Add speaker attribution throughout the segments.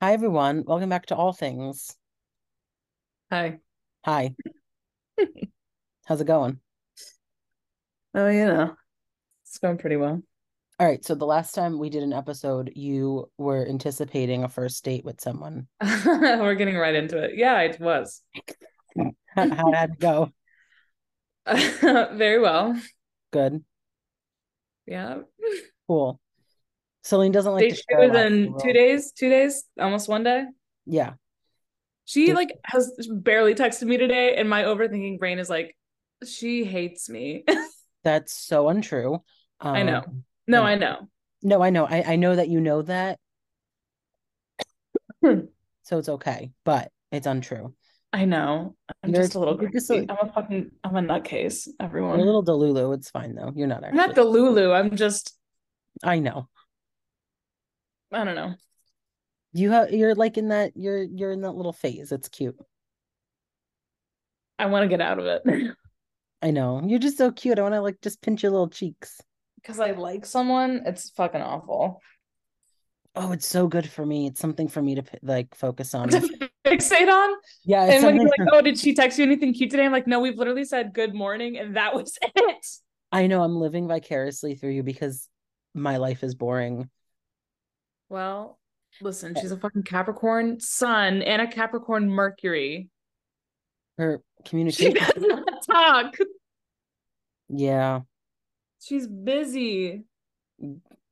Speaker 1: Hi, everyone. Welcome back to All Things.
Speaker 2: Hi.
Speaker 1: Hi. How's it going?
Speaker 2: Oh, you know, it's going pretty well.
Speaker 1: All right. So, the last time we did an episode, you were anticipating a first date with someone.
Speaker 2: We're getting right into it. Yeah, it was.
Speaker 1: How how did it go?
Speaker 2: Very well.
Speaker 1: Good.
Speaker 2: Yeah.
Speaker 1: Cool. Celine doesn't like
Speaker 2: Day
Speaker 1: to
Speaker 2: two
Speaker 1: share a
Speaker 2: was
Speaker 1: lot,
Speaker 2: in
Speaker 1: so
Speaker 2: two days, two days, almost one day.
Speaker 1: we'll- Yeah.
Speaker 2: She
Speaker 1: Did-
Speaker 2: like has barely texted me today, and my overthinking brain is like, she hates me.
Speaker 1: That's so untrue. Um,
Speaker 2: I know. No,
Speaker 1: I
Speaker 2: I know.
Speaker 1: No, I know. I, I know that you know that.
Speaker 2: Hmm.
Speaker 1: So, it's okay, but it's untrue.
Speaker 2: I know. I'm
Speaker 1: You're-
Speaker 2: just a little
Speaker 1: you're just
Speaker 2: crazy.
Speaker 1: a-
Speaker 2: I'm a fucking I'm a nutcase,
Speaker 1: You're
Speaker 2: everyone.
Speaker 1: a little delulu. It's fine, though. You're not
Speaker 2: I'm not
Speaker 1: actually.
Speaker 2: the Lulu. I'm just
Speaker 1: I know.
Speaker 2: I don't know.
Speaker 1: You have you're like in that you're you're in that little phase. It's cute.
Speaker 2: I want to get out of it.
Speaker 1: I know. You're just so cute. I want to like just pinch your little cheeks.
Speaker 2: Because I like someone, it's fucking awful.
Speaker 1: Oh, it's so good for me. It's something for me to p- like focus on. It's-
Speaker 2: to fixate on.
Speaker 1: yeah, it's
Speaker 2: And when
Speaker 1: something.
Speaker 2: you're like, oh, did she text you anything cute today? I'm like, no, we've literally said good morning, and that was it.
Speaker 1: I know I'm living vicariously through you because my life is boring.
Speaker 2: Well, listen, she's a fucking Capricorn sun and a Capricorn Mercury.
Speaker 1: Her
Speaker 2: She
Speaker 1: communication.
Speaker 2: does not talk.
Speaker 1: Yeah,
Speaker 2: She's busy.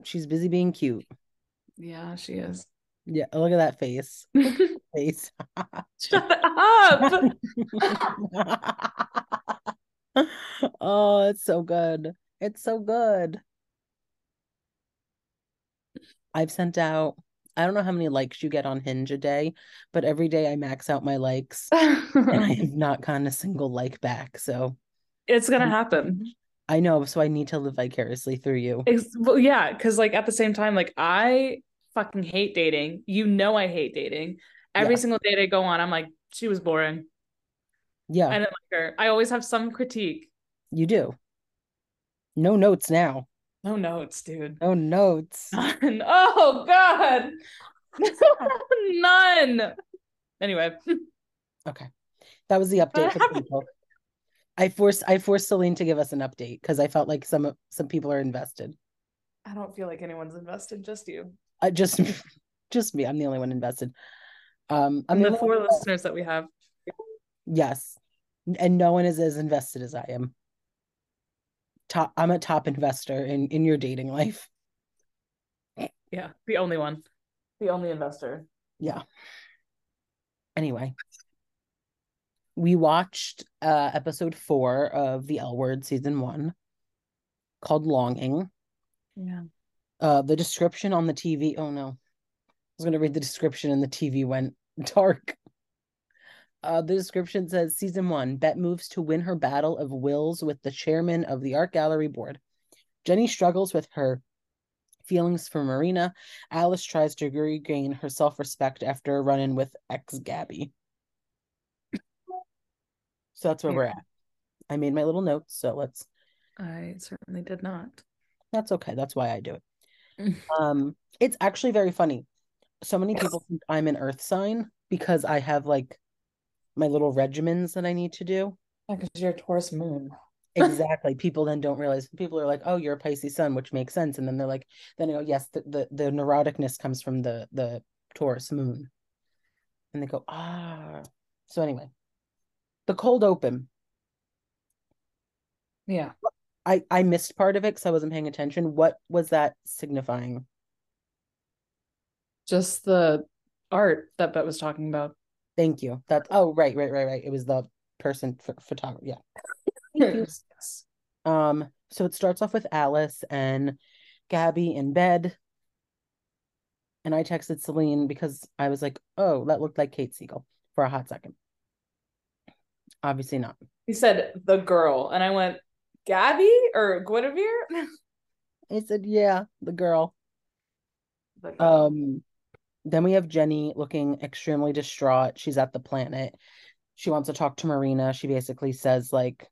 Speaker 1: she's busy being cute.
Speaker 2: Yeah, she is.
Speaker 1: Yeah, look at that face. Face.
Speaker 2: Shut up.
Speaker 1: oh, it's so good. It's so good. I've sent out, I don't know how many likes you get on Hinge a day, but every day I max out my likes. and I have not gotten a single like back. So
Speaker 2: it's gonna happen.
Speaker 1: I know. So I need to live vicariously through you.
Speaker 2: It's, well, yeah, because like at the same time, like I fucking hate dating. You know, I hate dating. Every
Speaker 1: Yeah.
Speaker 2: single date I go on, I'm like, she was boring. I
Speaker 1: Yeah,
Speaker 2: didn't like her. I always have some critique.
Speaker 1: you do. No notes now.
Speaker 2: No notes, dude.
Speaker 1: No notes.
Speaker 2: None. Oh God. None. Anyway,
Speaker 1: Okay. That was the update for the
Speaker 2: happened?
Speaker 1: people. I forced I forced Celine to give us an update because I felt like some some people are invested.
Speaker 2: I don't feel like anyone's invested, just you.
Speaker 1: I just just me. I'm the only one invested. Um I'm
Speaker 2: And
Speaker 1: the only
Speaker 2: the four
Speaker 1: one,
Speaker 2: listeners that we have.
Speaker 1: yes. And no one is as invested as I am. Top I'm a top investor in in your dating life.
Speaker 2: Yeah, the only one. The only investor.
Speaker 1: Yeah. Anyway. we watched uh episode four of the L Word season one called Longing.
Speaker 2: Yeah.
Speaker 1: Uh the description on the TV. Oh no. I was gonna read the description and the TV went dark. Uh the description says season one, Bet moves to win her battle of wills with the chairman of the art gallery board. Jenny struggles with her feelings for Marina. Alice tries to regain her self-respect after a run-in with ex Gabby. So that's where
Speaker 2: Yeah.
Speaker 1: we're at. I made my little notes, so let's
Speaker 2: I certainly did not.
Speaker 1: that's okay. That's why I do it. Um, it's actually very funny. So many people think I'm an earth sign because I have like my little regimens that I need to do.
Speaker 2: Because you're a Taurus moon.
Speaker 1: Exactly. People then don't realize people are like, "Oh, you're a Pisces sun," which makes sense. And then they're like, "Then I go, yes, the the, the neuroticness comes from the the Taurus moon." And they go, "Ah." So anyway, the cold open.
Speaker 2: Yeah.
Speaker 1: I I missed part of it because I wasn't paying attention. What was that signifying?
Speaker 2: Just the art that Bet was talking about.
Speaker 1: Thank you. That's oh right, right, right, right. It was the person for photography. Yeah. Thank you.
Speaker 2: Yes.
Speaker 1: Um, so it starts off with Alice and Gabby in bed. And I texted Celine because I was like, oh, that looked like Kate Siegel for a hot second. Obviously not.
Speaker 2: He said the girl, and I went, Gabby or Guinevere?
Speaker 1: I said, yeah, the girl.
Speaker 2: The girl.
Speaker 1: Um, then we have Jenny looking extremely distraught. She's at the planet. She wants to talk to Marina. She basically says, like,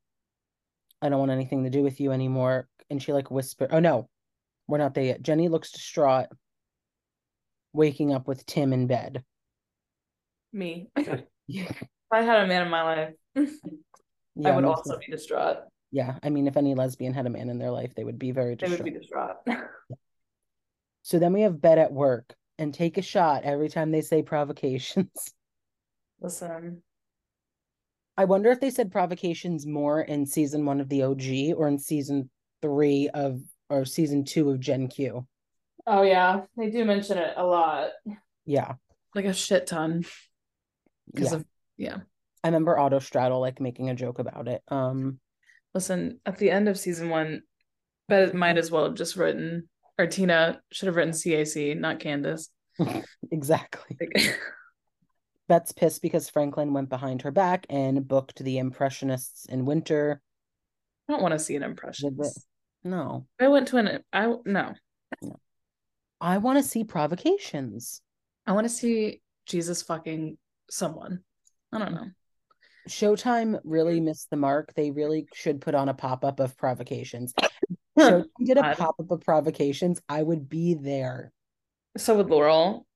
Speaker 1: I don't want anything to do with you anymore. And she like whisper, oh no, we're not there yet. Jenny looks distraught. waking up with Tim in bed.
Speaker 2: Me. if I had a man in my life,
Speaker 1: Yeah,
Speaker 2: I would
Speaker 1: me
Speaker 2: also
Speaker 1: too.
Speaker 2: be distraught.
Speaker 1: Yeah, I mean, if any lesbian had a man in their life, they would be very
Speaker 2: They would
Speaker 1: distraught.
Speaker 2: be distraught.
Speaker 1: So then we have bed at work and take a shot every time they say provocations.
Speaker 2: Listen,
Speaker 1: I wonder if they said provocations more in season one of the OG or in season three of or season two of Gen Q.
Speaker 2: Oh yeah, they do mention it a lot.
Speaker 1: Yeah.
Speaker 2: Like a shit ton. Because
Speaker 1: Yeah.
Speaker 2: of
Speaker 1: I remember Otto Straddle like making a joke about it. Um
Speaker 2: listen, at the end of season one, but it might as well have just written or Tina should have written CAC, not Candace.
Speaker 1: exactly.
Speaker 2: Like,
Speaker 1: Bet's pissed because Franklin went behind her back and booked the Impressionists in winter.
Speaker 2: I don't want to see an impression.
Speaker 1: Did it? No.
Speaker 2: I went to an I no.
Speaker 1: I want to see provocations.
Speaker 2: I want to see Jesus fucking someone. I don't know.
Speaker 1: Showtime really missed the mark. They really should put on a pop up of provocations. Showtime did a
Speaker 2: God.
Speaker 1: pop up of provocations. I would be there.
Speaker 2: So with Laurel,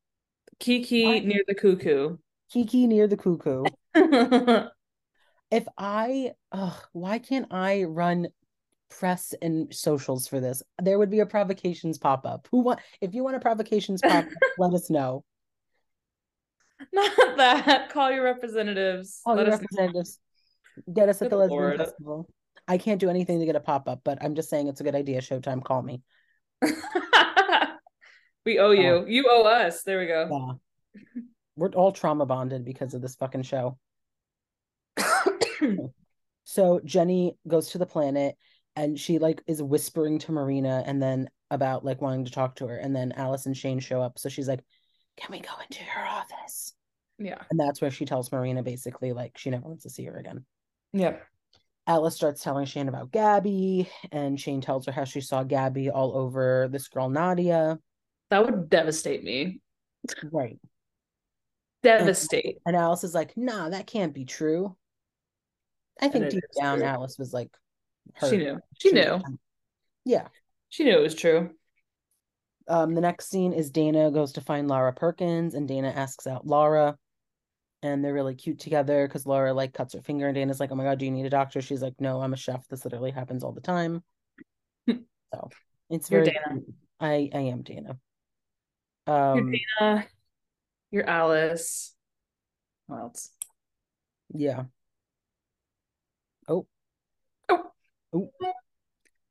Speaker 2: Kiki
Speaker 1: What?
Speaker 2: near the cuckoo.
Speaker 1: Kiki near the cuckoo.
Speaker 2: I
Speaker 1: If I, ugh, why can't I run press and socials for this? There would be a provocations pop up. Who want? If you want a provocations pop up, let us know.
Speaker 2: Not that. Call your representatives.
Speaker 1: All
Speaker 2: Let
Speaker 1: your
Speaker 2: us know.
Speaker 1: representatives. Get us at
Speaker 2: Good
Speaker 1: the lesbian
Speaker 2: Lord.
Speaker 1: festival. I can't do anything to get a pop up, but I'm just saying it's a good idea. Showtime, call me.
Speaker 2: we owe you. You owe us. There we go.
Speaker 1: Yeah. We're all trauma bonded because of this fucking show. So Jenny goes to the planet and she like is whispering to Marina and then about like wanting to talk to her. And then Alice and Shane show up. So she's like, Can we go into your office?
Speaker 2: yeah.
Speaker 1: And that's where she tells Marina basically like she never wants to see her again.
Speaker 2: Yep.
Speaker 1: Alice starts telling Shane about Gabby, and Shane tells her how she saw Gabby all over this girl Nadia.
Speaker 2: That would devastate me.
Speaker 1: Right.
Speaker 2: Devastate.
Speaker 1: And Alice is like, nah, that can't be true. I think
Speaker 2: it
Speaker 1: deep
Speaker 2: is
Speaker 1: down
Speaker 2: true.
Speaker 1: Alice was like
Speaker 2: She
Speaker 1: hurt.
Speaker 2: knew. She
Speaker 1: was
Speaker 2: knew.
Speaker 1: done. Yeah.
Speaker 2: She knew it was true.
Speaker 1: um the next scene is Dana goes to find Laura Perkins and Dana asks out Laura and they're really cute together because Laura like cuts her finger and Dana's like, Oh my god, do you need a doctor? She's like, No, I'm a chef. This literally happens all the time.
Speaker 2: Hmm.
Speaker 1: so it's
Speaker 2: You're
Speaker 1: very
Speaker 2: Dana.
Speaker 1: cute. I I am Dana. Um
Speaker 2: Uh, you're Alice. What else?
Speaker 1: yeah. Oh.
Speaker 2: Oh.
Speaker 1: Oh.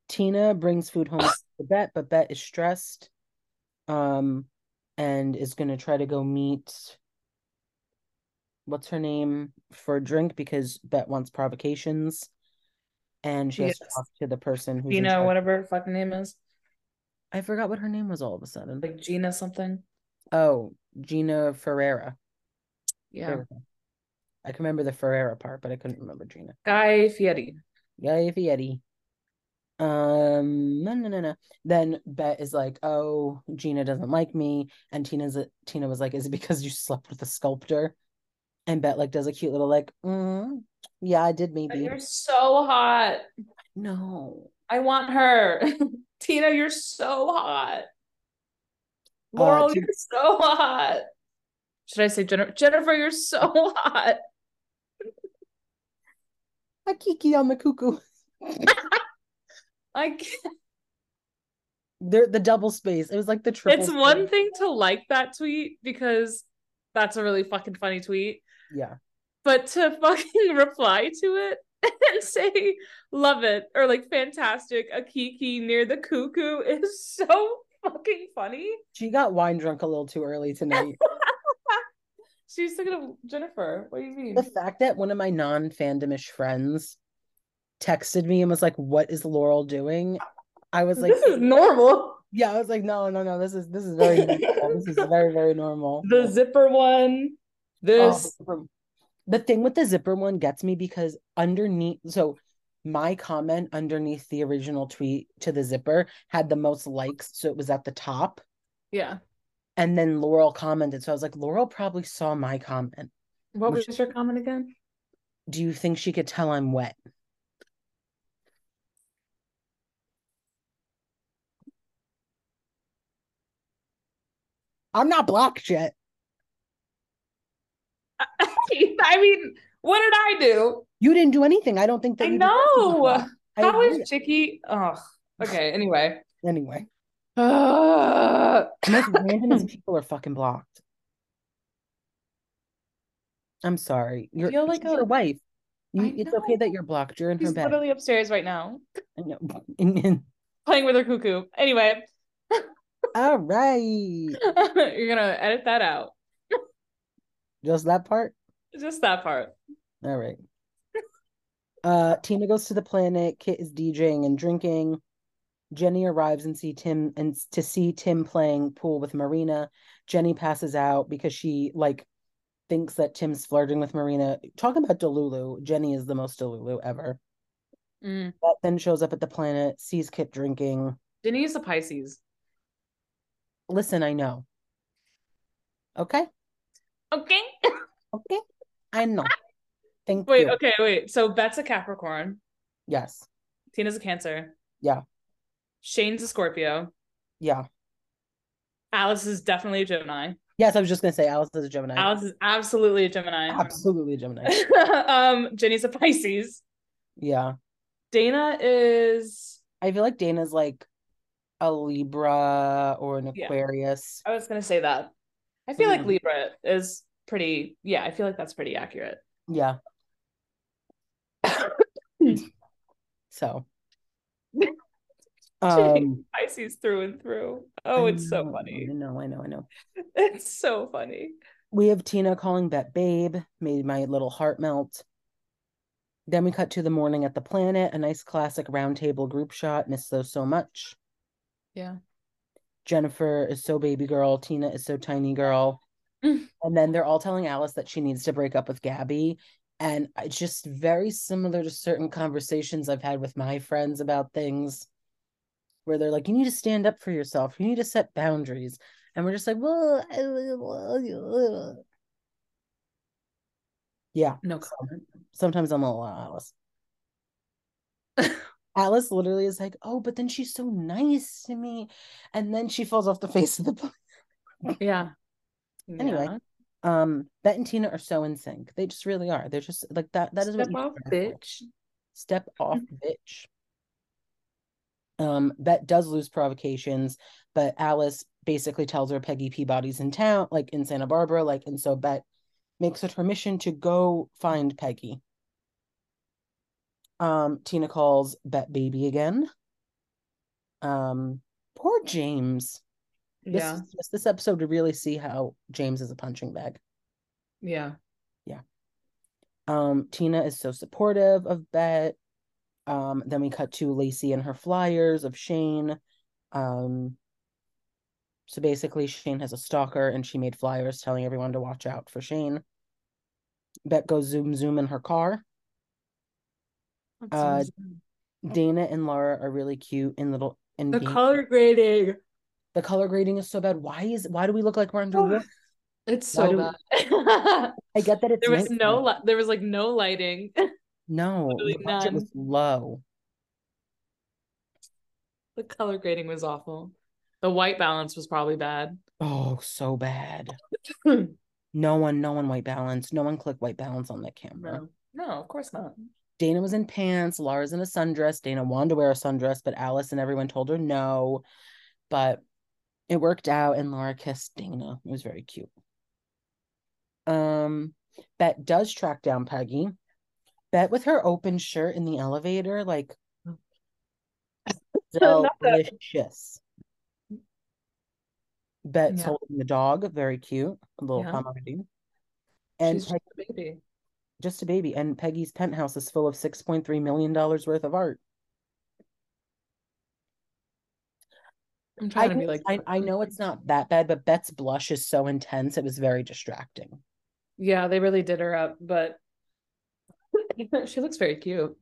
Speaker 1: Tina brings food home to Bet, but Bet is stressed. Um and is gonna try to go meet what's her name for a drink because Bet wants provocations, and she has to
Speaker 2: Yes.
Speaker 1: talk to the person who's in
Speaker 2: Gina,
Speaker 1: charge-
Speaker 2: whatever her fucking name is.
Speaker 1: I forgot what her name was all of a sudden.
Speaker 2: Like Gina something.
Speaker 1: Oh, Gina Ferreira.
Speaker 2: Yeah.
Speaker 1: There we go. I can remember the Ferreira part, but I couldn't remember Gina.
Speaker 2: Guy Fieri.
Speaker 1: Yay, Fieri. Um, no, no, no, no. Then Bet is like, "Oh, Gina doesn't like me," and Tina's Tina was like, "Is it because you slept with a sculptor?" And Bet like does a cute little like, mm, "Yeah, I did maybe."
Speaker 2: You're so hot.
Speaker 1: No,
Speaker 2: I want her. Tina, you're so hot. Laurel,
Speaker 1: Ti-
Speaker 2: you're so hot. Should I say Jennifer? Jennifer, you're so hot.
Speaker 1: a kiki on the cuckoo.
Speaker 2: I can't.
Speaker 1: They're the double space. It was like the triple.
Speaker 2: It's one
Speaker 1: space.
Speaker 2: thing to like that tweet because that's a really fucking funny tweet,
Speaker 1: Yeah.
Speaker 2: but to fucking reply to it and say love it or like fantastic a kiki near the cuckoo is so fucking funny.
Speaker 1: She got wine drunk a little too early tonight.
Speaker 2: She's thinking of Jennifer. What do you mean?
Speaker 1: the fact that one of my non fandomish friends texted me and was like, What is Laurel doing? I was like,
Speaker 2: this is normal.
Speaker 1: Yeah, I was like, No, no, no. This is this is very normal. This is very, very normal.
Speaker 2: The zipper one.
Speaker 1: Oh,
Speaker 2: This.
Speaker 1: zipper- the thing with the zipper one gets me because underneath, so my comment underneath the original tweet to the zipper had the most likes. So it was at the top.
Speaker 2: Yeah.
Speaker 1: And then Laurel commented. So I was like, Laurel probably saw my comment.
Speaker 2: What
Speaker 1: Which-
Speaker 2: was your comment again?
Speaker 1: Do you think she could tell I'm wet? I'm not blocked yet.
Speaker 2: I mean, what did I do?
Speaker 1: You didn't do anything. I don't think that
Speaker 2: I
Speaker 1: you did anything
Speaker 2: know.
Speaker 1: wrong. I
Speaker 2: How
Speaker 1: agree.
Speaker 2: is Chicky? Oh, okay. Anyway,
Speaker 1: anyway.
Speaker 2: Ugh.
Speaker 1: The most randomest people are fucking blocked. I'm sorry. You're,
Speaker 2: feel like
Speaker 1: like your
Speaker 2: a-
Speaker 1: wife. You,
Speaker 2: I
Speaker 1: it's okay
Speaker 2: know.
Speaker 1: that you're blocked. You're in her
Speaker 2: she's
Speaker 1: bed.
Speaker 2: literally upstairs right now,
Speaker 1: I know. And- and-
Speaker 2: playing with her cuckoo. Anyway,
Speaker 1: all right.
Speaker 2: you're gonna edit that out.
Speaker 1: Just that part?
Speaker 2: Just that part.
Speaker 1: All right. Uh, Tina goes to the planet. Kit is DJing and drinking. Jenny arrives and see Tim and s- to see Tim playing pool with Marina. Jenny passes out because she like thinks that Tim's flirting with Marina. Talking about Delulu, Jenny is the most Delulu ever.
Speaker 2: Mm.
Speaker 1: But then shows up at the planet, sees Kit drinking.
Speaker 2: Jenny's a Pisces.
Speaker 1: Listen, I know. Okay,
Speaker 2: Okay.
Speaker 1: okay, I know. Thank
Speaker 2: Wait.
Speaker 1: you.
Speaker 2: Okay. Wait. So Bet's a Capricorn.
Speaker 1: Yes,
Speaker 2: Tina's a Cancer.
Speaker 1: Yeah.
Speaker 2: Shane's a Scorpio.
Speaker 1: yeah,
Speaker 2: Alice is definitely a Gemini.
Speaker 1: yes. I was just gonna say Alice is a Gemini.
Speaker 2: Alice is absolutely a Gemini.
Speaker 1: Absolutely a Gemini.
Speaker 2: um, Jenny's a Pisces.
Speaker 1: Yeah.
Speaker 2: Dana is.
Speaker 1: I feel like Dana's like a Libra or an
Speaker 2: Yeah.
Speaker 1: Aquarius.
Speaker 2: I was gonna say that. I feel like
Speaker 1: Mm.
Speaker 2: Libra is pretty. Yeah, I feel like that's pretty accurate.
Speaker 1: Yeah. So um
Speaker 2: Pisces through and through. Oh,
Speaker 1: I
Speaker 2: it's so
Speaker 1: know,
Speaker 2: funny.
Speaker 1: I know, I know, I know.
Speaker 2: It's so funny.
Speaker 1: We have Tina calling Bet Babe, made my little heart melt. Then we cut to the morning at the planet, a nice classic roundtable group shot. Miss those so much.
Speaker 2: Yeah.
Speaker 1: Jennifer is so baby girl. Tina is so tiny girl.
Speaker 2: Mm.
Speaker 1: and then they're all telling Alice that she needs to break up with Gabby. And it's just very similar to certain conversations I've had with my friends about things where they're like, you need to stand up for yourself. You need to set boundaries. And we're just like, well, I- well, yeah.
Speaker 2: No
Speaker 1: So- Sometimes I'm all uh, Alice. Alice literally is like, oh, but then she's so nice to me. And then she falls off the face of the planet.
Speaker 2: Yeah.
Speaker 1: Anyway, um bet and tina are so in sync they just really are they're just like that that is
Speaker 2: Step
Speaker 1: what you
Speaker 2: off,
Speaker 1: strive for.
Speaker 2: bitch.
Speaker 1: step off bitch um bet does lose provocations but alice basically tells her peggy peabody's in town like in santa barbara like and so bet makes it her mission to go find peggy um tina calls bet baby again um poor james this
Speaker 2: Yeah.
Speaker 1: is just this episode to really see how james is a punching bag
Speaker 2: Yeah.
Speaker 1: Um, Tina is so supportive of Bet. Um, then we cut to Lacey and her flyers of Shane. Um, so basically, Shane has a stalker and she made flyers telling everyone to watch out for Shane. Bet goes zoom zoom in her car. Uh, Dana and Laura are really cute and little and
Speaker 2: the
Speaker 1: being-
Speaker 2: color grading.
Speaker 1: the color grading is so bad. Why is why do we look like we're under
Speaker 2: Oh,
Speaker 1: war?
Speaker 2: It's
Speaker 1: Why
Speaker 2: so
Speaker 1: do
Speaker 2: bad.
Speaker 1: I get that it's
Speaker 2: there was no
Speaker 1: nighttime.
Speaker 2: li- there was like no lighting.
Speaker 1: no
Speaker 2: literally
Speaker 1: the budget was low.
Speaker 2: the color grading was awful. The white balance was probably bad.
Speaker 1: Oh, so bad. No one, no one white balance. No one clicked white balance on that camera.
Speaker 2: No, no, of course not.
Speaker 1: Dana was in pants. Laura's in a sundress. Dana wanted to wear a sundress, but Alice and everyone told her no. But it worked out, and Laura kissed Dana. It was very cute. Um, Bet does track down Peggy. Bet with her open shirt in the elevator, like
Speaker 2: Not that-
Speaker 1: delicious. Bet's
Speaker 2: Yeah.
Speaker 1: holding the dog, very cute, a little
Speaker 2: Yeah.
Speaker 1: pomeranian. And
Speaker 2: She's just a baby.
Speaker 1: just a baby and peggy's penthouse is full of 6.3 million dollars worth of art
Speaker 2: I'm trying
Speaker 1: I,
Speaker 2: to be like,
Speaker 1: guess- I, I know it's not that bad but bet's blush is so intense it was very distracting
Speaker 2: yeah, they really did her up, but she looks very cute.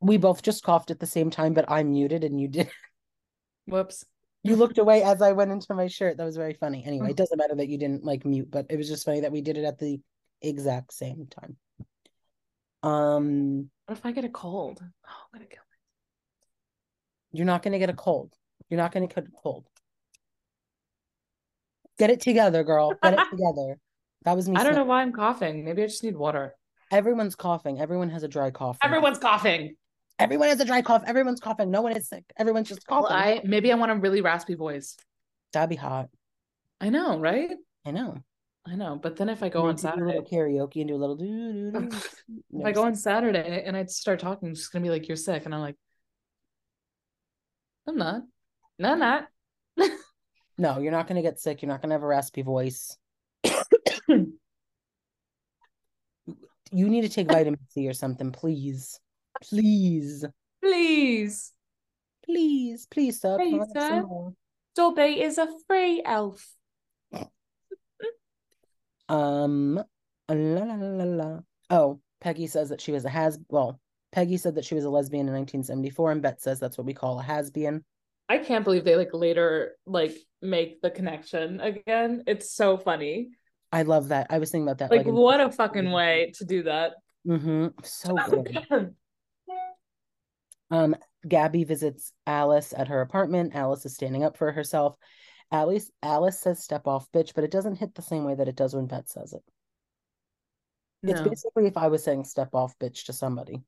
Speaker 1: we both just coughed at the same time but i muted and you did
Speaker 2: Whoops.
Speaker 1: you looked away as i went into my shirt that was very funny anyway
Speaker 2: Mm.
Speaker 1: it doesn't matter that you didn't like mute but it was just funny that we did it at the exact same time um
Speaker 2: What if I get a cold? Oh, I'm gonna kill.
Speaker 1: you're not going to get a cold you're not going to get a cold Get it together, girl. Get it together. That was me.
Speaker 2: I don't know
Speaker 1: sniff-
Speaker 2: why I'm coughing. Maybe I just need water.
Speaker 1: Everyone's coughing. Everyone has a dry cough. now.
Speaker 2: Everyone's coughing.
Speaker 1: Everyone has a dry cough. Everyone's coughing. No one is sick. Everyone's just
Speaker 2: Well,
Speaker 1: coughing.
Speaker 2: I maybe I want a really raspy voice.
Speaker 1: That'd be hot.
Speaker 2: I know, right?
Speaker 1: I know.
Speaker 2: I know. But then if I
Speaker 1: And
Speaker 2: go
Speaker 1: then
Speaker 2: on
Speaker 1: do a
Speaker 2: Saturday,
Speaker 1: little karaoke and do a little doo doo doo.
Speaker 2: if I go on Saturday and I start talking, she's gonna be like, "You're sick," and I'm like, "I'm not. No, I'm not."
Speaker 1: No, you're not gonna get sick. You're not gonna have a raspy voice. you need to take vitamin C or something, please. Please.
Speaker 2: Please,
Speaker 1: Please, please, sir.
Speaker 2: Please,
Speaker 1: Can I have some
Speaker 2: sir.
Speaker 1: more?
Speaker 2: Dobby is a free elf.
Speaker 1: Um la, la, la, la, la. Oh, Peggy says that she was a has well, Peggy said that she was a lesbian in 1974, and Bet says that's what we call a has-been.
Speaker 2: I can't believe they like later like make the connection again. It's so funny.
Speaker 1: I love that. I was thinking about that
Speaker 2: Like,
Speaker 1: in-
Speaker 2: what a fucking way to do that.
Speaker 1: Mhm. So good. Um, Gabby visits Alice at her apartment. Alice is standing up for herself. Alice Alice says step off, bitch, but it doesn't hit the same way that it does when Bet says it. It's
Speaker 2: No.
Speaker 1: basically if I was saying step off, bitch to somebody.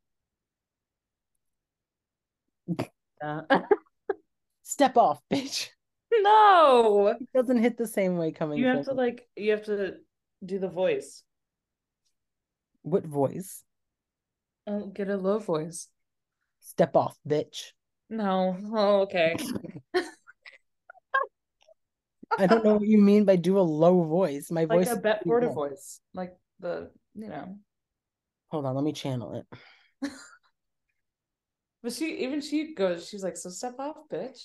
Speaker 2: Uh,
Speaker 1: Step off, bitch.
Speaker 2: no.
Speaker 1: It doesn't hit the same way coming
Speaker 2: You
Speaker 1: from
Speaker 2: have to like you have to do the voice.
Speaker 1: what voice?
Speaker 2: Oh, get a low voice.
Speaker 1: Step off, bitch.
Speaker 2: No. Oh, okay.
Speaker 1: I don't know what you mean by do a low voice. My
Speaker 2: like
Speaker 1: voice
Speaker 2: a
Speaker 1: is
Speaker 2: Bet
Speaker 1: pretty
Speaker 2: Porter
Speaker 1: low.
Speaker 2: voice. Like the you know.
Speaker 1: Hold on, let me channel it.
Speaker 2: But she even she goes, she's like, so step off, bitch.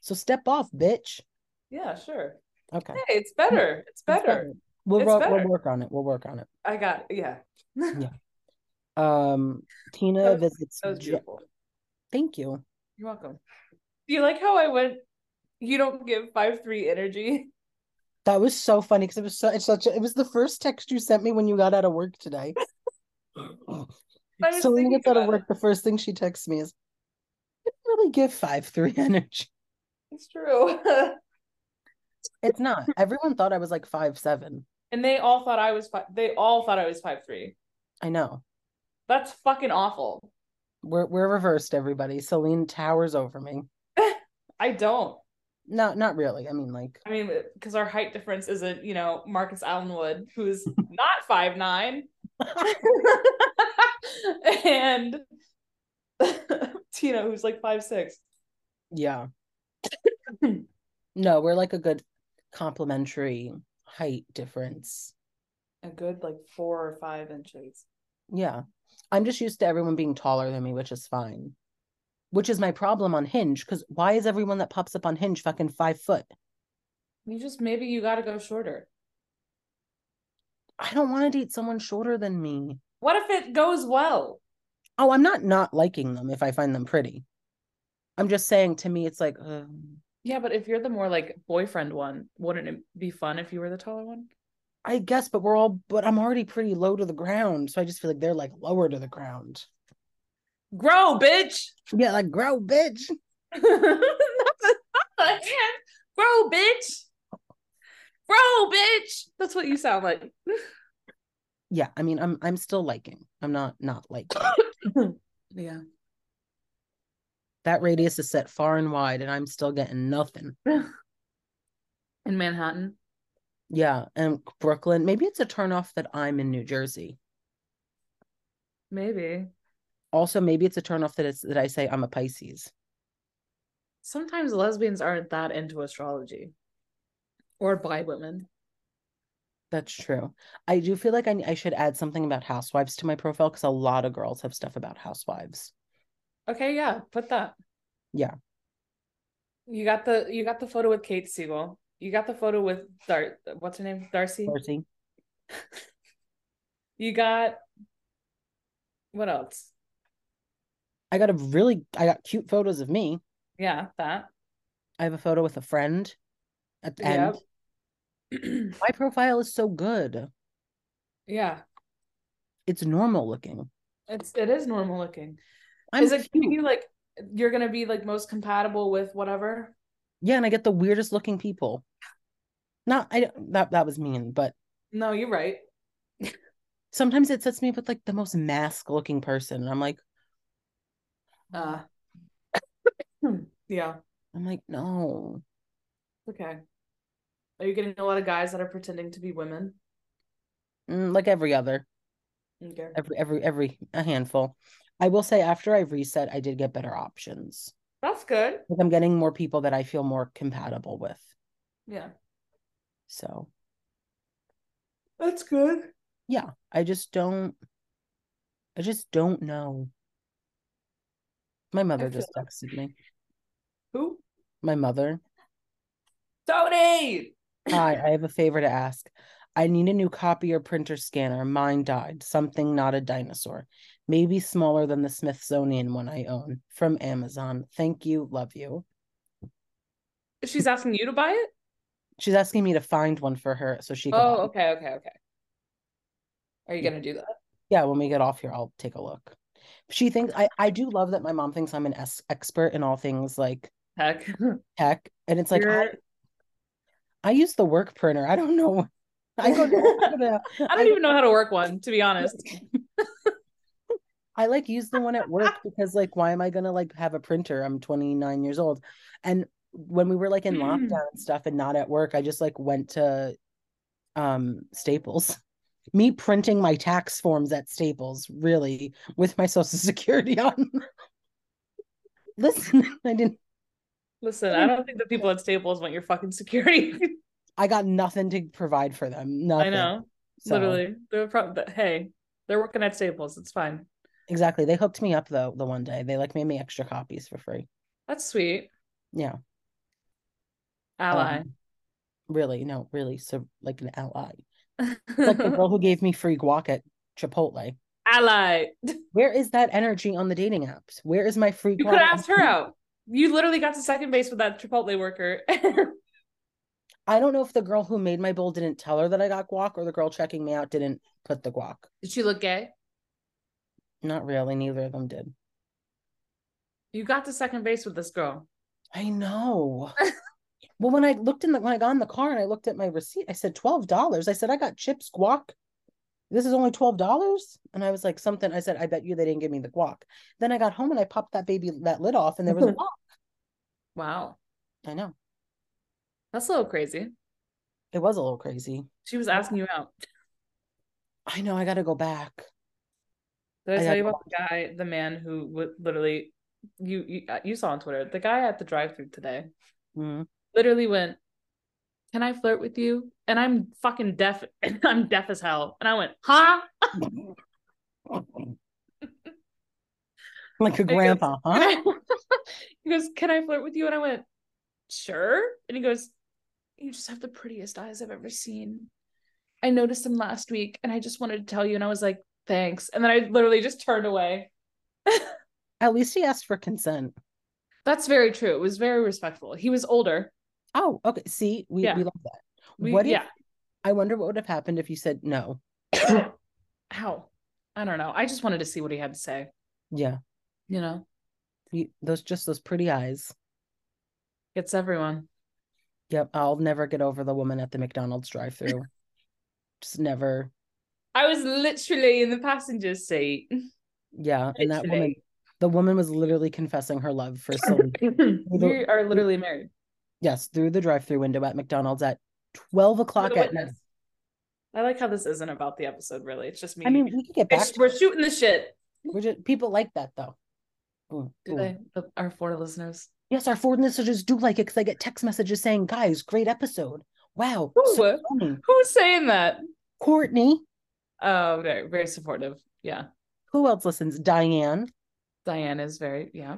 Speaker 1: So step off, bitch.
Speaker 2: Yeah, sure.
Speaker 1: Okay.
Speaker 2: Hey, it's better. It's
Speaker 1: That's
Speaker 2: better.
Speaker 1: We'll,
Speaker 2: It's
Speaker 1: ro-
Speaker 2: better.
Speaker 1: we'll work on it. We'll work on it.
Speaker 2: I got yeah.
Speaker 1: Um, Tina
Speaker 2: That was-
Speaker 1: visits.
Speaker 2: That was
Speaker 1: Jo-
Speaker 2: beautiful.
Speaker 1: Thank you.
Speaker 2: You're welcome. Do you like how I went? You don't give five three energy.
Speaker 1: That was so funny because it was so, it's such a, it was the first text you sent me when you got out of work today.
Speaker 2: I was
Speaker 1: Selena
Speaker 2: thinking
Speaker 1: gets out of
Speaker 2: about
Speaker 1: work.
Speaker 2: it.
Speaker 1: The first thing she texts me is, "I didn't really give five three energy."
Speaker 2: It's true.
Speaker 1: It's not. Everyone thought I was like five seven.
Speaker 2: and they all thought I was five. They all thought I was five three.
Speaker 1: I know.
Speaker 2: That's fucking awful.
Speaker 1: We're we're reversed, everybody. Celine towers over me.
Speaker 2: I don't.
Speaker 1: No, not really. I mean, like
Speaker 2: I mean, because our height difference isn't, you know, Marcus Allenwood, who's not five nine, and Tina, who's like five six.
Speaker 1: yeah. no, we're like a good complementary height difference.
Speaker 2: A good like four or five inches.
Speaker 1: Yeah. I'm just used to everyone being taller than me, which is fine. Which is my problem on Hinge, because why is everyone that pops up on Hinge fucking five foot?
Speaker 2: You just maybe you got to go shorter.
Speaker 1: I don't want to date someone shorter than me.
Speaker 2: What if it goes well?
Speaker 1: Oh, I'm not not liking them if I find them pretty. I'm just saying to me, it's like, um,
Speaker 2: Yeah, but if you're the more like boyfriend one, wouldn't it be fun if you were the taller one?
Speaker 1: I guess, but we're all, but I'm already pretty low to the ground. So I just feel like they're like lower to the ground.
Speaker 2: Grow, bitch.
Speaker 1: Yeah, like, grow, bitch.
Speaker 2: not the, not the hand. Grow, bitch. Grow, bitch. That's what you sound like.
Speaker 1: Yeah, I mean, I'm I'm still liking. I'm not not liking.
Speaker 2: Yeah.
Speaker 1: that radius is set far and wide, and I'm still getting nothing.
Speaker 2: In Manhattan.
Speaker 1: Yeah, and Brooklyn. Maybe it's a turnoff that I'm in New Jersey.
Speaker 2: Maybe.
Speaker 1: Also, maybe it's a turnoff that it's that I say I'm a Pisces.
Speaker 2: Sometimes lesbians aren't that into astrology or bi women.
Speaker 1: That's true. I do feel like I I should add something about housewives to my profile because a lot of girls have stuff about housewives.
Speaker 2: Okay, yeah, put that.
Speaker 1: Yeah.
Speaker 2: You got the you got the photo with Kate Siegel. You got the photo with Dar what's her name? Darcy.
Speaker 1: Darcy,
Speaker 2: You got what else?
Speaker 1: I got a really I got cute photos of me.
Speaker 2: Yeah, that.
Speaker 1: I have a photo with a friend at the end.
Speaker 2: Yep.
Speaker 1: My profile is so good.
Speaker 2: yeah.
Speaker 1: It's normal looking.
Speaker 2: It's it is normal looking.
Speaker 1: I'm
Speaker 2: is it
Speaker 1: cute.
Speaker 2: you like you're gonna be like most compatible with whatever?
Speaker 1: Yeah, and I get the weirdest looking people. Not I don't- that that was mean, but
Speaker 2: No, you're right.
Speaker 1: sometimes it sets me up with like the most mask looking person. And I'm like,
Speaker 2: Uh yeah.
Speaker 1: I'm like, no.
Speaker 2: Okay. Are you getting a lot of guys that are pretending to be women?
Speaker 1: Mm, like every other,
Speaker 2: Okay.
Speaker 1: every every every a handful. I will say after I reset, I did get better options.
Speaker 2: That's good.
Speaker 1: Like I'm getting more people that I feel more compatible with.
Speaker 2: Yeah.
Speaker 1: So
Speaker 2: That's good.
Speaker 1: yeah, I just don't I just don't know. My mother
Speaker 2: feel
Speaker 1: just texted me.
Speaker 2: Who?
Speaker 1: My mother.
Speaker 2: Tony!
Speaker 1: Hi, I have a favor to ask. I need a new copier, printer, scanner. Mine died. Something not a dinosaur. Maybe smaller than the Smithsonian one I own. From Amazon. Thank you. Love you.
Speaker 2: She's asking you to buy it?
Speaker 1: She's asking me to find one for her so she can.
Speaker 2: Oh, okay, okay, okay. Are you gonna do that?
Speaker 1: Yeah, when we get off here, I'll take a look. She thinks I, I do love that my mom thinks I'm an es- expert in all things like
Speaker 2: Heck.
Speaker 1: tech. And it's like I,
Speaker 2: You're-
Speaker 1: I use the work printer. I don't know. I go to,
Speaker 2: I don't even know how to work one, to be honest.
Speaker 1: I like use the one at work because like why am I gonna like have a printer? I'm 29 years old. And when we were like in
Speaker 2: Mm.
Speaker 1: lockdown and stuff and not at work, I just like went to um Staples. Me printing my tax forms at Staples, really, with my social security on. Listen, I didn't
Speaker 2: Listen, I don't think the people at Staples want your fucking security.
Speaker 1: I got nothing to provide for them. Nothing.
Speaker 2: I know.
Speaker 1: So-
Speaker 2: Literally. They're probably hey, they're working at Staples. It's fine.
Speaker 1: Exactly. They hooked me up though the one day. They like made me extra copies for free.
Speaker 2: That's sweet.
Speaker 1: Yeah.
Speaker 2: Ally.
Speaker 1: um, really, no, really. So like an ally. It's like the girl who gave me free guac at Chipotle.
Speaker 2: Ally.
Speaker 1: Where is that energy on the dating apps? Where is my free
Speaker 2: You
Speaker 1: guac?
Speaker 2: could have asked her out. You literally got to second base with that Chipotle worker.
Speaker 1: I don't know if the girl who made my bowl didn't tell her that I got guac or the girl checking me out didn't put the guac.
Speaker 2: Did she look gay?
Speaker 1: Not really. Neither of them did.
Speaker 2: You got to second base with this girl.
Speaker 1: I know. well, when I looked in the when I got in the car and I looked at my receipt, I said twelve dollars. I said I got chips, guac. This is only twelve dollars, and I was like something. I said I bet you they didn't give me the guac. Then I got home and I popped that baby that lid off, and there was guac.
Speaker 2: Wow.
Speaker 1: I know
Speaker 2: That's a little crazy.
Speaker 1: it was a little crazy.
Speaker 2: She was asking you out.
Speaker 1: I know I got to go back.
Speaker 2: Did I,
Speaker 1: I
Speaker 2: tell you
Speaker 1: got-
Speaker 2: about the guy, the man who would literally you you, uh, you saw on Twitter, the guy at the drive-through today
Speaker 1: Mm.
Speaker 2: literally went, "Can I flirt with you?" And I'm fucking deaf. I'm deaf as hell. And I went, "Huh?"
Speaker 1: like a
Speaker 2: guess-
Speaker 1: grandpa,
Speaker 2: And
Speaker 1: huh?
Speaker 2: I- he goes, Can I flirt with you? And I went, Sure. And he goes, You just have the prettiest eyes I've ever seen. I noticed them last week and I just wanted to tell you. And I was like, Thanks. And then I literally just turned away.
Speaker 1: At least he asked for consent.
Speaker 2: That's very true. It was very respectful. He was older.
Speaker 1: Oh, okay. See, we,
Speaker 2: Yeah.
Speaker 1: we love that.
Speaker 2: We,
Speaker 1: what if
Speaker 2: yeah.
Speaker 1: I wonder what would have happened if you said no?
Speaker 2: How? I don't know. I just wanted to see what he had to say,
Speaker 1: Yeah,
Speaker 2: you know?
Speaker 1: you, those just those pretty eyes.
Speaker 2: Gets everyone.
Speaker 1: Yep, I'll never get over the woman at the McDonald's drive-through. just never.
Speaker 2: I was literally in the passenger seat.
Speaker 1: Yeah, and that woman,
Speaker 2: Literally.
Speaker 1: the woman was literally confessing her love for Celine.
Speaker 2: we are literally married.
Speaker 1: yes, through the drive-through window at McDonald's at twelve
Speaker 2: You're
Speaker 1: o'clock
Speaker 2: the
Speaker 1: at night.
Speaker 2: witness. I like how this isn't about the episode, really. It's just me.
Speaker 1: I mean, we could get
Speaker 2: We're
Speaker 1: back.
Speaker 2: sh-
Speaker 1: to
Speaker 2: we're shooting the shit.
Speaker 1: We're just, people like that though. Boom,
Speaker 2: Do
Speaker 1: boom.
Speaker 2: they? The- our Florida listeners.
Speaker 1: Yes, our Ford listeners do like it because I get text messages saying, "Guys, great episode! Wow,
Speaker 2: Ooh,
Speaker 1: so
Speaker 2: what?
Speaker 1: funny."
Speaker 2: Who's saying that?
Speaker 1: Courtney,
Speaker 2: Oh, very, very supportive. Yeah.
Speaker 1: who else listens? Diane.
Speaker 2: Diane is very, yeah.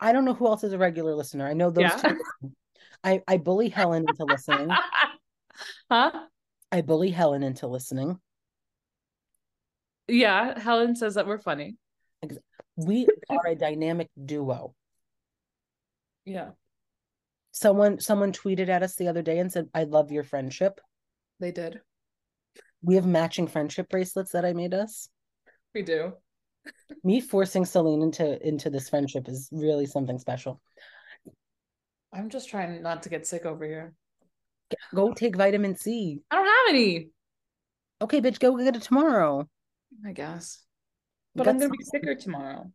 Speaker 1: I don't know who else is a regular listener. I know those
Speaker 2: Yeah.
Speaker 1: two. listen. I I bully Helen into listening.
Speaker 2: huh?
Speaker 1: I bully Helen into listening.
Speaker 2: Yeah. Helen says that we're funny.
Speaker 1: We are a dynamic duo.
Speaker 2: Yeah.
Speaker 1: Someone someone tweeted at us the other day and said, "I love your friendship."
Speaker 2: They did.
Speaker 1: We have matching friendship bracelets that I made us.
Speaker 2: We do.
Speaker 1: Me forcing Celine into into this friendship is really something special.
Speaker 2: I'm just trying not to get sick over here.
Speaker 1: Go take vitamin C.
Speaker 2: I don't have any.
Speaker 1: Okay, bitch, go get it tomorrow.
Speaker 2: I guess.
Speaker 1: You
Speaker 2: But
Speaker 1: got
Speaker 2: I'm gonna be
Speaker 1: something.
Speaker 2: sicker tomorrow.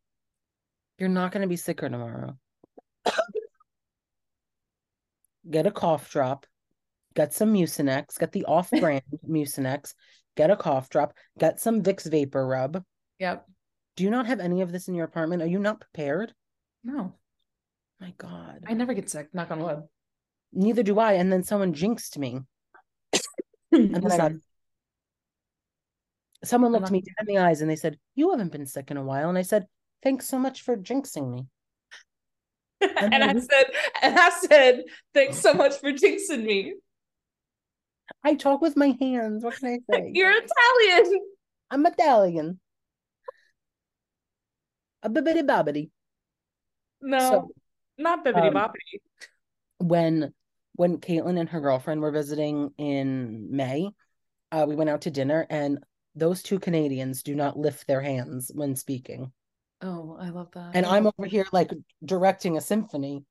Speaker 1: You're not gonna be sicker tomorrow. get a cough drop. Get some Mucinex. Get the off-brand Mucinex. Get a cough drop. Get some Vicks Vapor Rub.
Speaker 2: Yep.
Speaker 1: Do you not have any of this in your apartment? Are you not prepared?
Speaker 2: No.
Speaker 1: My God.
Speaker 2: I never get sick, knock on wood.
Speaker 1: Neither do I. And then someone jinxed me.
Speaker 2: And
Speaker 1: just
Speaker 2: then
Speaker 1: not- Someone looked
Speaker 2: not-
Speaker 1: me dead in the eyes and they said, "You haven't been sick in a while." And I said, "Thanks so much for jinxing me."
Speaker 2: and
Speaker 1: then
Speaker 2: I
Speaker 1: we-
Speaker 2: said, and I said, thanks so much for jinxing me.
Speaker 1: I talk with my hands. What can I say?
Speaker 2: You're Italian.
Speaker 1: I'm Italian. A bibbity bobbity.
Speaker 2: No,
Speaker 1: So-
Speaker 2: not bibbity
Speaker 1: Um,
Speaker 2: boppity.
Speaker 1: when when Caitlin and her girlfriend were visiting in May, uh, we went out to dinner, and those two Canadians do not lift their hands when speaking,
Speaker 2: Oh, I love that.
Speaker 1: and I'm over here like directing a symphony.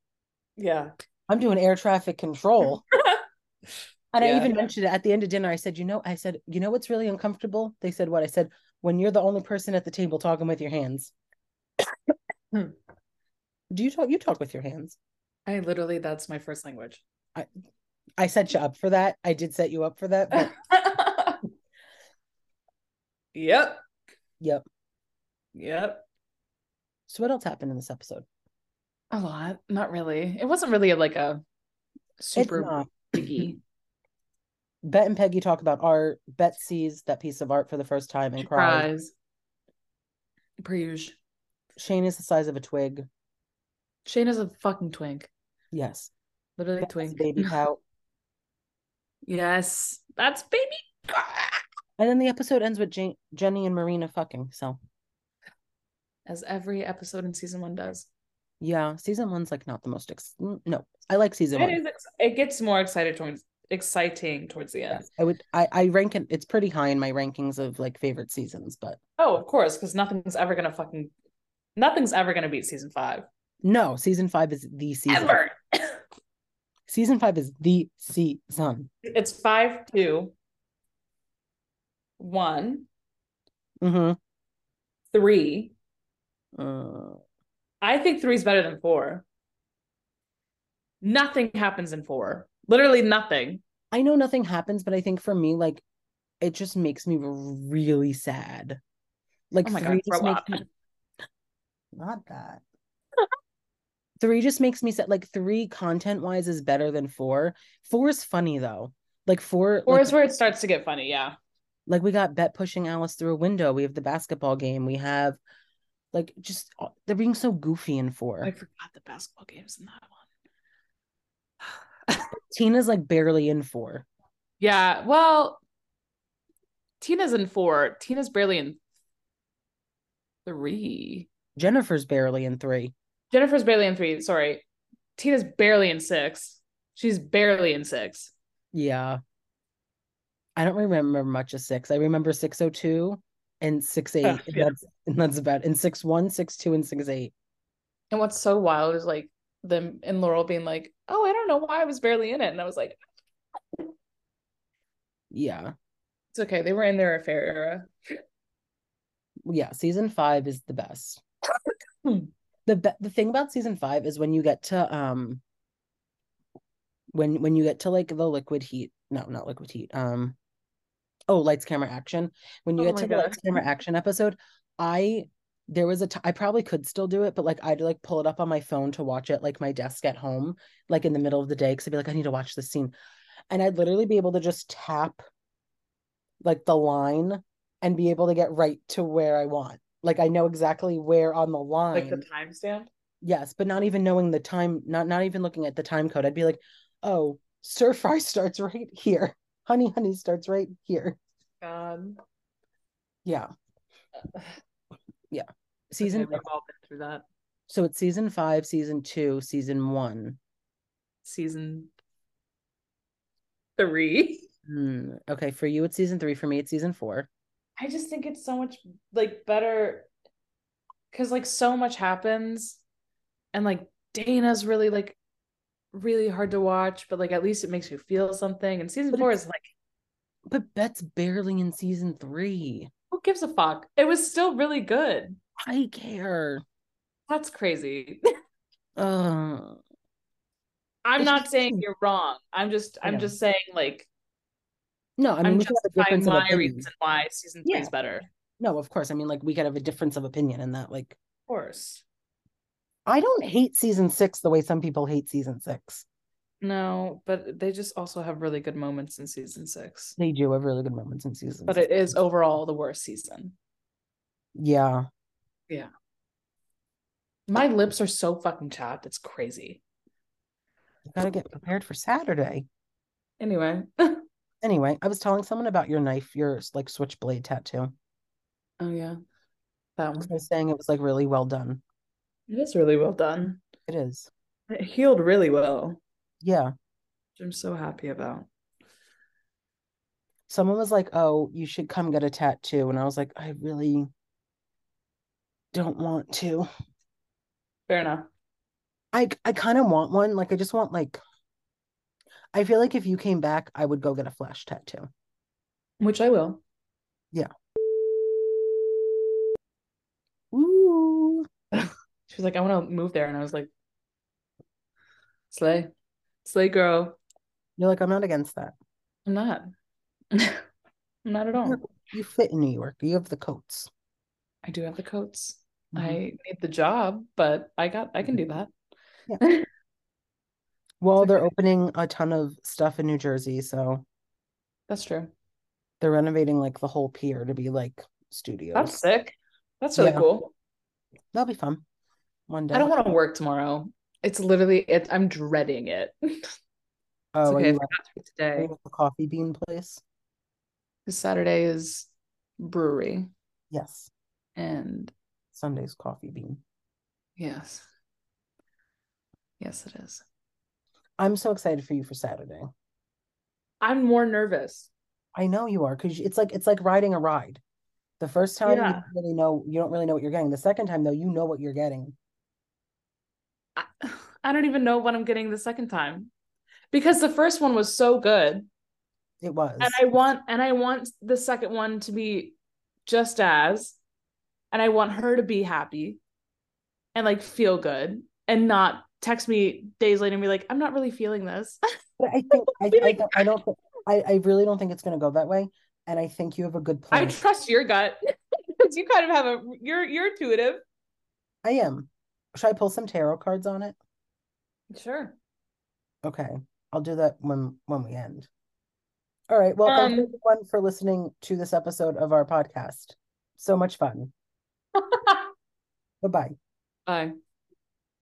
Speaker 2: yeah.
Speaker 1: I'm doing air traffic control. and I
Speaker 2: Yeah.
Speaker 1: even mentioned it at the end of dinner. I said, you know, I said, you know what's really uncomfortable? They said, what? I said, when you're the only person at the table talking with your hands.
Speaker 2: Hmm.
Speaker 1: Do you talk? You talk with your hands.
Speaker 2: I literally that's my first language.
Speaker 1: I set you up for that. I did set you up for that. But
Speaker 2: yep.
Speaker 1: yep.
Speaker 2: Yep.
Speaker 1: So what else happened in this episode?
Speaker 2: A lot. Not really. It wasn't really like a
Speaker 1: It's
Speaker 2: super
Speaker 1: not.
Speaker 2: biggie.
Speaker 1: Bet and Peggy talk about art. Bet sees that piece of art for the first time and cries.
Speaker 2: Prize. Bruges.
Speaker 1: Shane is the size of a twig.
Speaker 2: Shane is a fucking twink.
Speaker 1: Yes.
Speaker 2: Literally
Speaker 1: Bet has a
Speaker 2: twink.
Speaker 1: baby pout.
Speaker 2: Yes. That's baby.
Speaker 1: And then the episode ends with Jen- Jenny and Marina fucking. So
Speaker 2: As every episode in season one does.
Speaker 1: yeah, season one's like not the most. Ex- mm, no, I like season one.
Speaker 2: It is. ex- It gets more excited towards exciting towards the end.
Speaker 1: Yes, I would. I I rank it. It's pretty high in my rankings of like favorite seasons, but
Speaker 2: Oh, of course, because nothing's ever gonna fucking nothing's ever gonna beat season five
Speaker 1: no, season five is the season.
Speaker 2: ever.
Speaker 1: Season five is the season.
Speaker 2: It's five two one
Speaker 1: Mm-hmm.
Speaker 2: three.
Speaker 1: Uh,
Speaker 2: I think three is better than four. Nothing happens in four. Literally nothing.
Speaker 1: I know nothing happens, but I think for me, like, it just makes me really sad. Like
Speaker 2: Oh my
Speaker 1: three
Speaker 2: god, throw
Speaker 1: just makes
Speaker 2: up.
Speaker 1: me not that. three just makes me sad. Like three content wise is better than four. Four is funny though. Like four.
Speaker 2: Four
Speaker 1: like,
Speaker 2: is where it starts to get funny. Yeah.
Speaker 1: like we got bet pushing alice through a window we have the basketball game we have like just uh, they're being so goofy in four
Speaker 2: I forgot the basketball games in that one.
Speaker 1: tina's like barely in four
Speaker 2: Yeah, well, Tina's in four. Tina's barely in three.
Speaker 1: jennifer's barely in three
Speaker 2: Jennifer's barely in three. Sorry. Tina's barely in six. She's barely in six.
Speaker 1: yeah i don't remember much of six i remember 602 and 68
Speaker 2: Yeah.
Speaker 1: and, that's, and that's about and 61 62 and 68
Speaker 2: And what's so wild is like them and Laurel being like, oh, I don't know why I was barely in it. And I was like,
Speaker 1: yeah
Speaker 2: it's okay. They were in their affair era.
Speaker 1: yeah season five is the best
Speaker 2: Hmm.
Speaker 1: the be- the thing about season five is when you get to um when when you get to like the liquid heat no not liquid heat um oh lights camera action when you
Speaker 2: Oh
Speaker 1: get
Speaker 2: my
Speaker 1: to the lights
Speaker 2: God.
Speaker 1: camera action episode i there was a t- i probably could still do it but like i'd like pull it up on my phone to watch it like my desk at home like in the middle of the day because i'd be like i need to watch this scene and i'd literally be able to just tap like the line and be able to get right to where i want like i know exactly where on the line
Speaker 2: Like the timestamp.
Speaker 1: Yes, but not even knowing the time, not not even looking at the time code. I'd be like, "Oh, stir fry starts right here. Honey, honey starts right here."
Speaker 2: God.
Speaker 1: Yeah, season.
Speaker 2: Okay, we've all been through that.
Speaker 1: So it's season five, season two, season one.
Speaker 2: Season three.
Speaker 1: Hmm. Okay, for you it's season three. For me it's season four.
Speaker 2: I just think it's so much like better because like so much happens and like Dana's really like really hard to watch, but like at least it makes you feel something. And season
Speaker 1: But
Speaker 2: four
Speaker 1: it's-
Speaker 2: is like,
Speaker 1: But Bet's barely in season three.
Speaker 2: who gives a fuck? It was still really good.
Speaker 1: I care.
Speaker 2: That's crazy.
Speaker 1: Uh,
Speaker 2: I'm
Speaker 1: It's
Speaker 2: not
Speaker 1: just-
Speaker 2: saying you're wrong. I'm just
Speaker 1: I
Speaker 2: I'm
Speaker 1: know.
Speaker 2: just saying like
Speaker 1: no, I mean,
Speaker 2: I'm
Speaker 1: we could have a
Speaker 2: find
Speaker 1: difference of
Speaker 2: my
Speaker 1: opinion.
Speaker 2: reason why season three
Speaker 1: Yeah.
Speaker 2: is better.
Speaker 1: No, of course. I mean, like, we could have a difference of opinion in that. Like,
Speaker 2: Of course.
Speaker 1: I don't hate season six the way some people hate season six.
Speaker 2: No, but they just also have really good moments in season six.
Speaker 1: They do have really good moments in season
Speaker 2: But
Speaker 1: six.
Speaker 2: it is overall the worst season.
Speaker 1: yeah.
Speaker 2: My lips are so fucking chapped. It's crazy.
Speaker 1: You gotta get prepared for Saturday.
Speaker 2: Anyway.
Speaker 1: Anyway, I was telling someone about your knife, your like switchblade tattoo.
Speaker 2: Oh yeah. That one.
Speaker 1: I was saying it was like really well done.
Speaker 2: It is really well done.
Speaker 1: It is.
Speaker 2: It healed really well,
Speaker 1: Yeah.
Speaker 2: which I'm so happy about.
Speaker 1: Someone was like, "Oh, you should come get a tattoo," and I was like, "I really don't want to.
Speaker 2: Fair enough.
Speaker 1: I I kind of want one. Like, I just want like." I feel like if you came back, I would go get a flash tattoo.
Speaker 2: Which I will.
Speaker 1: Ooh.
Speaker 2: She was like, I want to move there. And I was like, Slay. Slay girl.
Speaker 1: You're like, I'm not against that.
Speaker 2: I'm not. not at all.
Speaker 1: You fit in New York. You have the coats.
Speaker 2: I do have the coats. I
Speaker 1: Mhm.
Speaker 2: need the job, but I got I can do that.
Speaker 1: Well, they're opening a ton of stuff in New Jersey, so
Speaker 2: That's true.
Speaker 1: they're renovating like the whole pier to be like studios.
Speaker 2: That's sick. That's really
Speaker 1: Yeah.
Speaker 2: cool.
Speaker 1: That'll be fun. One day.
Speaker 2: I don't want to work tomorrow. It's literally it I'm dreading it. It's
Speaker 1: Oh,
Speaker 2: okay.
Speaker 1: are
Speaker 2: I
Speaker 1: you
Speaker 2: forgot to eat
Speaker 1: at- are
Speaker 2: today.
Speaker 1: you at the coffee bean place?
Speaker 2: 'Cause Saturday is brewery
Speaker 1: Yes.
Speaker 2: and
Speaker 1: Sunday's coffee bean.
Speaker 2: yes. Yes, it is.
Speaker 1: I'm so excited for you for Saturday.
Speaker 2: I'm more nervous.
Speaker 1: I know you are because it's like it's like riding a ride. The first time you
Speaker 2: Yeah.
Speaker 1: don't really know you don't really know what you're getting. The second time though, you know what you're getting.
Speaker 2: I, I don't even know what I'm getting the second time because the first one was so good
Speaker 1: It was.
Speaker 2: and I want and I want the second one to be just as and I want her to be happy and like feel good and not text me days later and be like I'm not really feeling this.
Speaker 1: But I think I,
Speaker 2: Be
Speaker 1: I
Speaker 2: like-
Speaker 1: don't I don't thi- I, I really don't think it's gonna go that way. And I think you have a good
Speaker 2: I
Speaker 1: plan.
Speaker 2: trust your gut because you kind of have a you're you're intuitive.
Speaker 1: I am. Should I pull some tarot cards on it?
Speaker 2: Sure.
Speaker 1: Okay. I'll do that when when we end. All right. Well, thanks
Speaker 2: Um,
Speaker 1: everyone for listening to this episode of our podcast. So much fun. Bye-bye.
Speaker 2: Bye.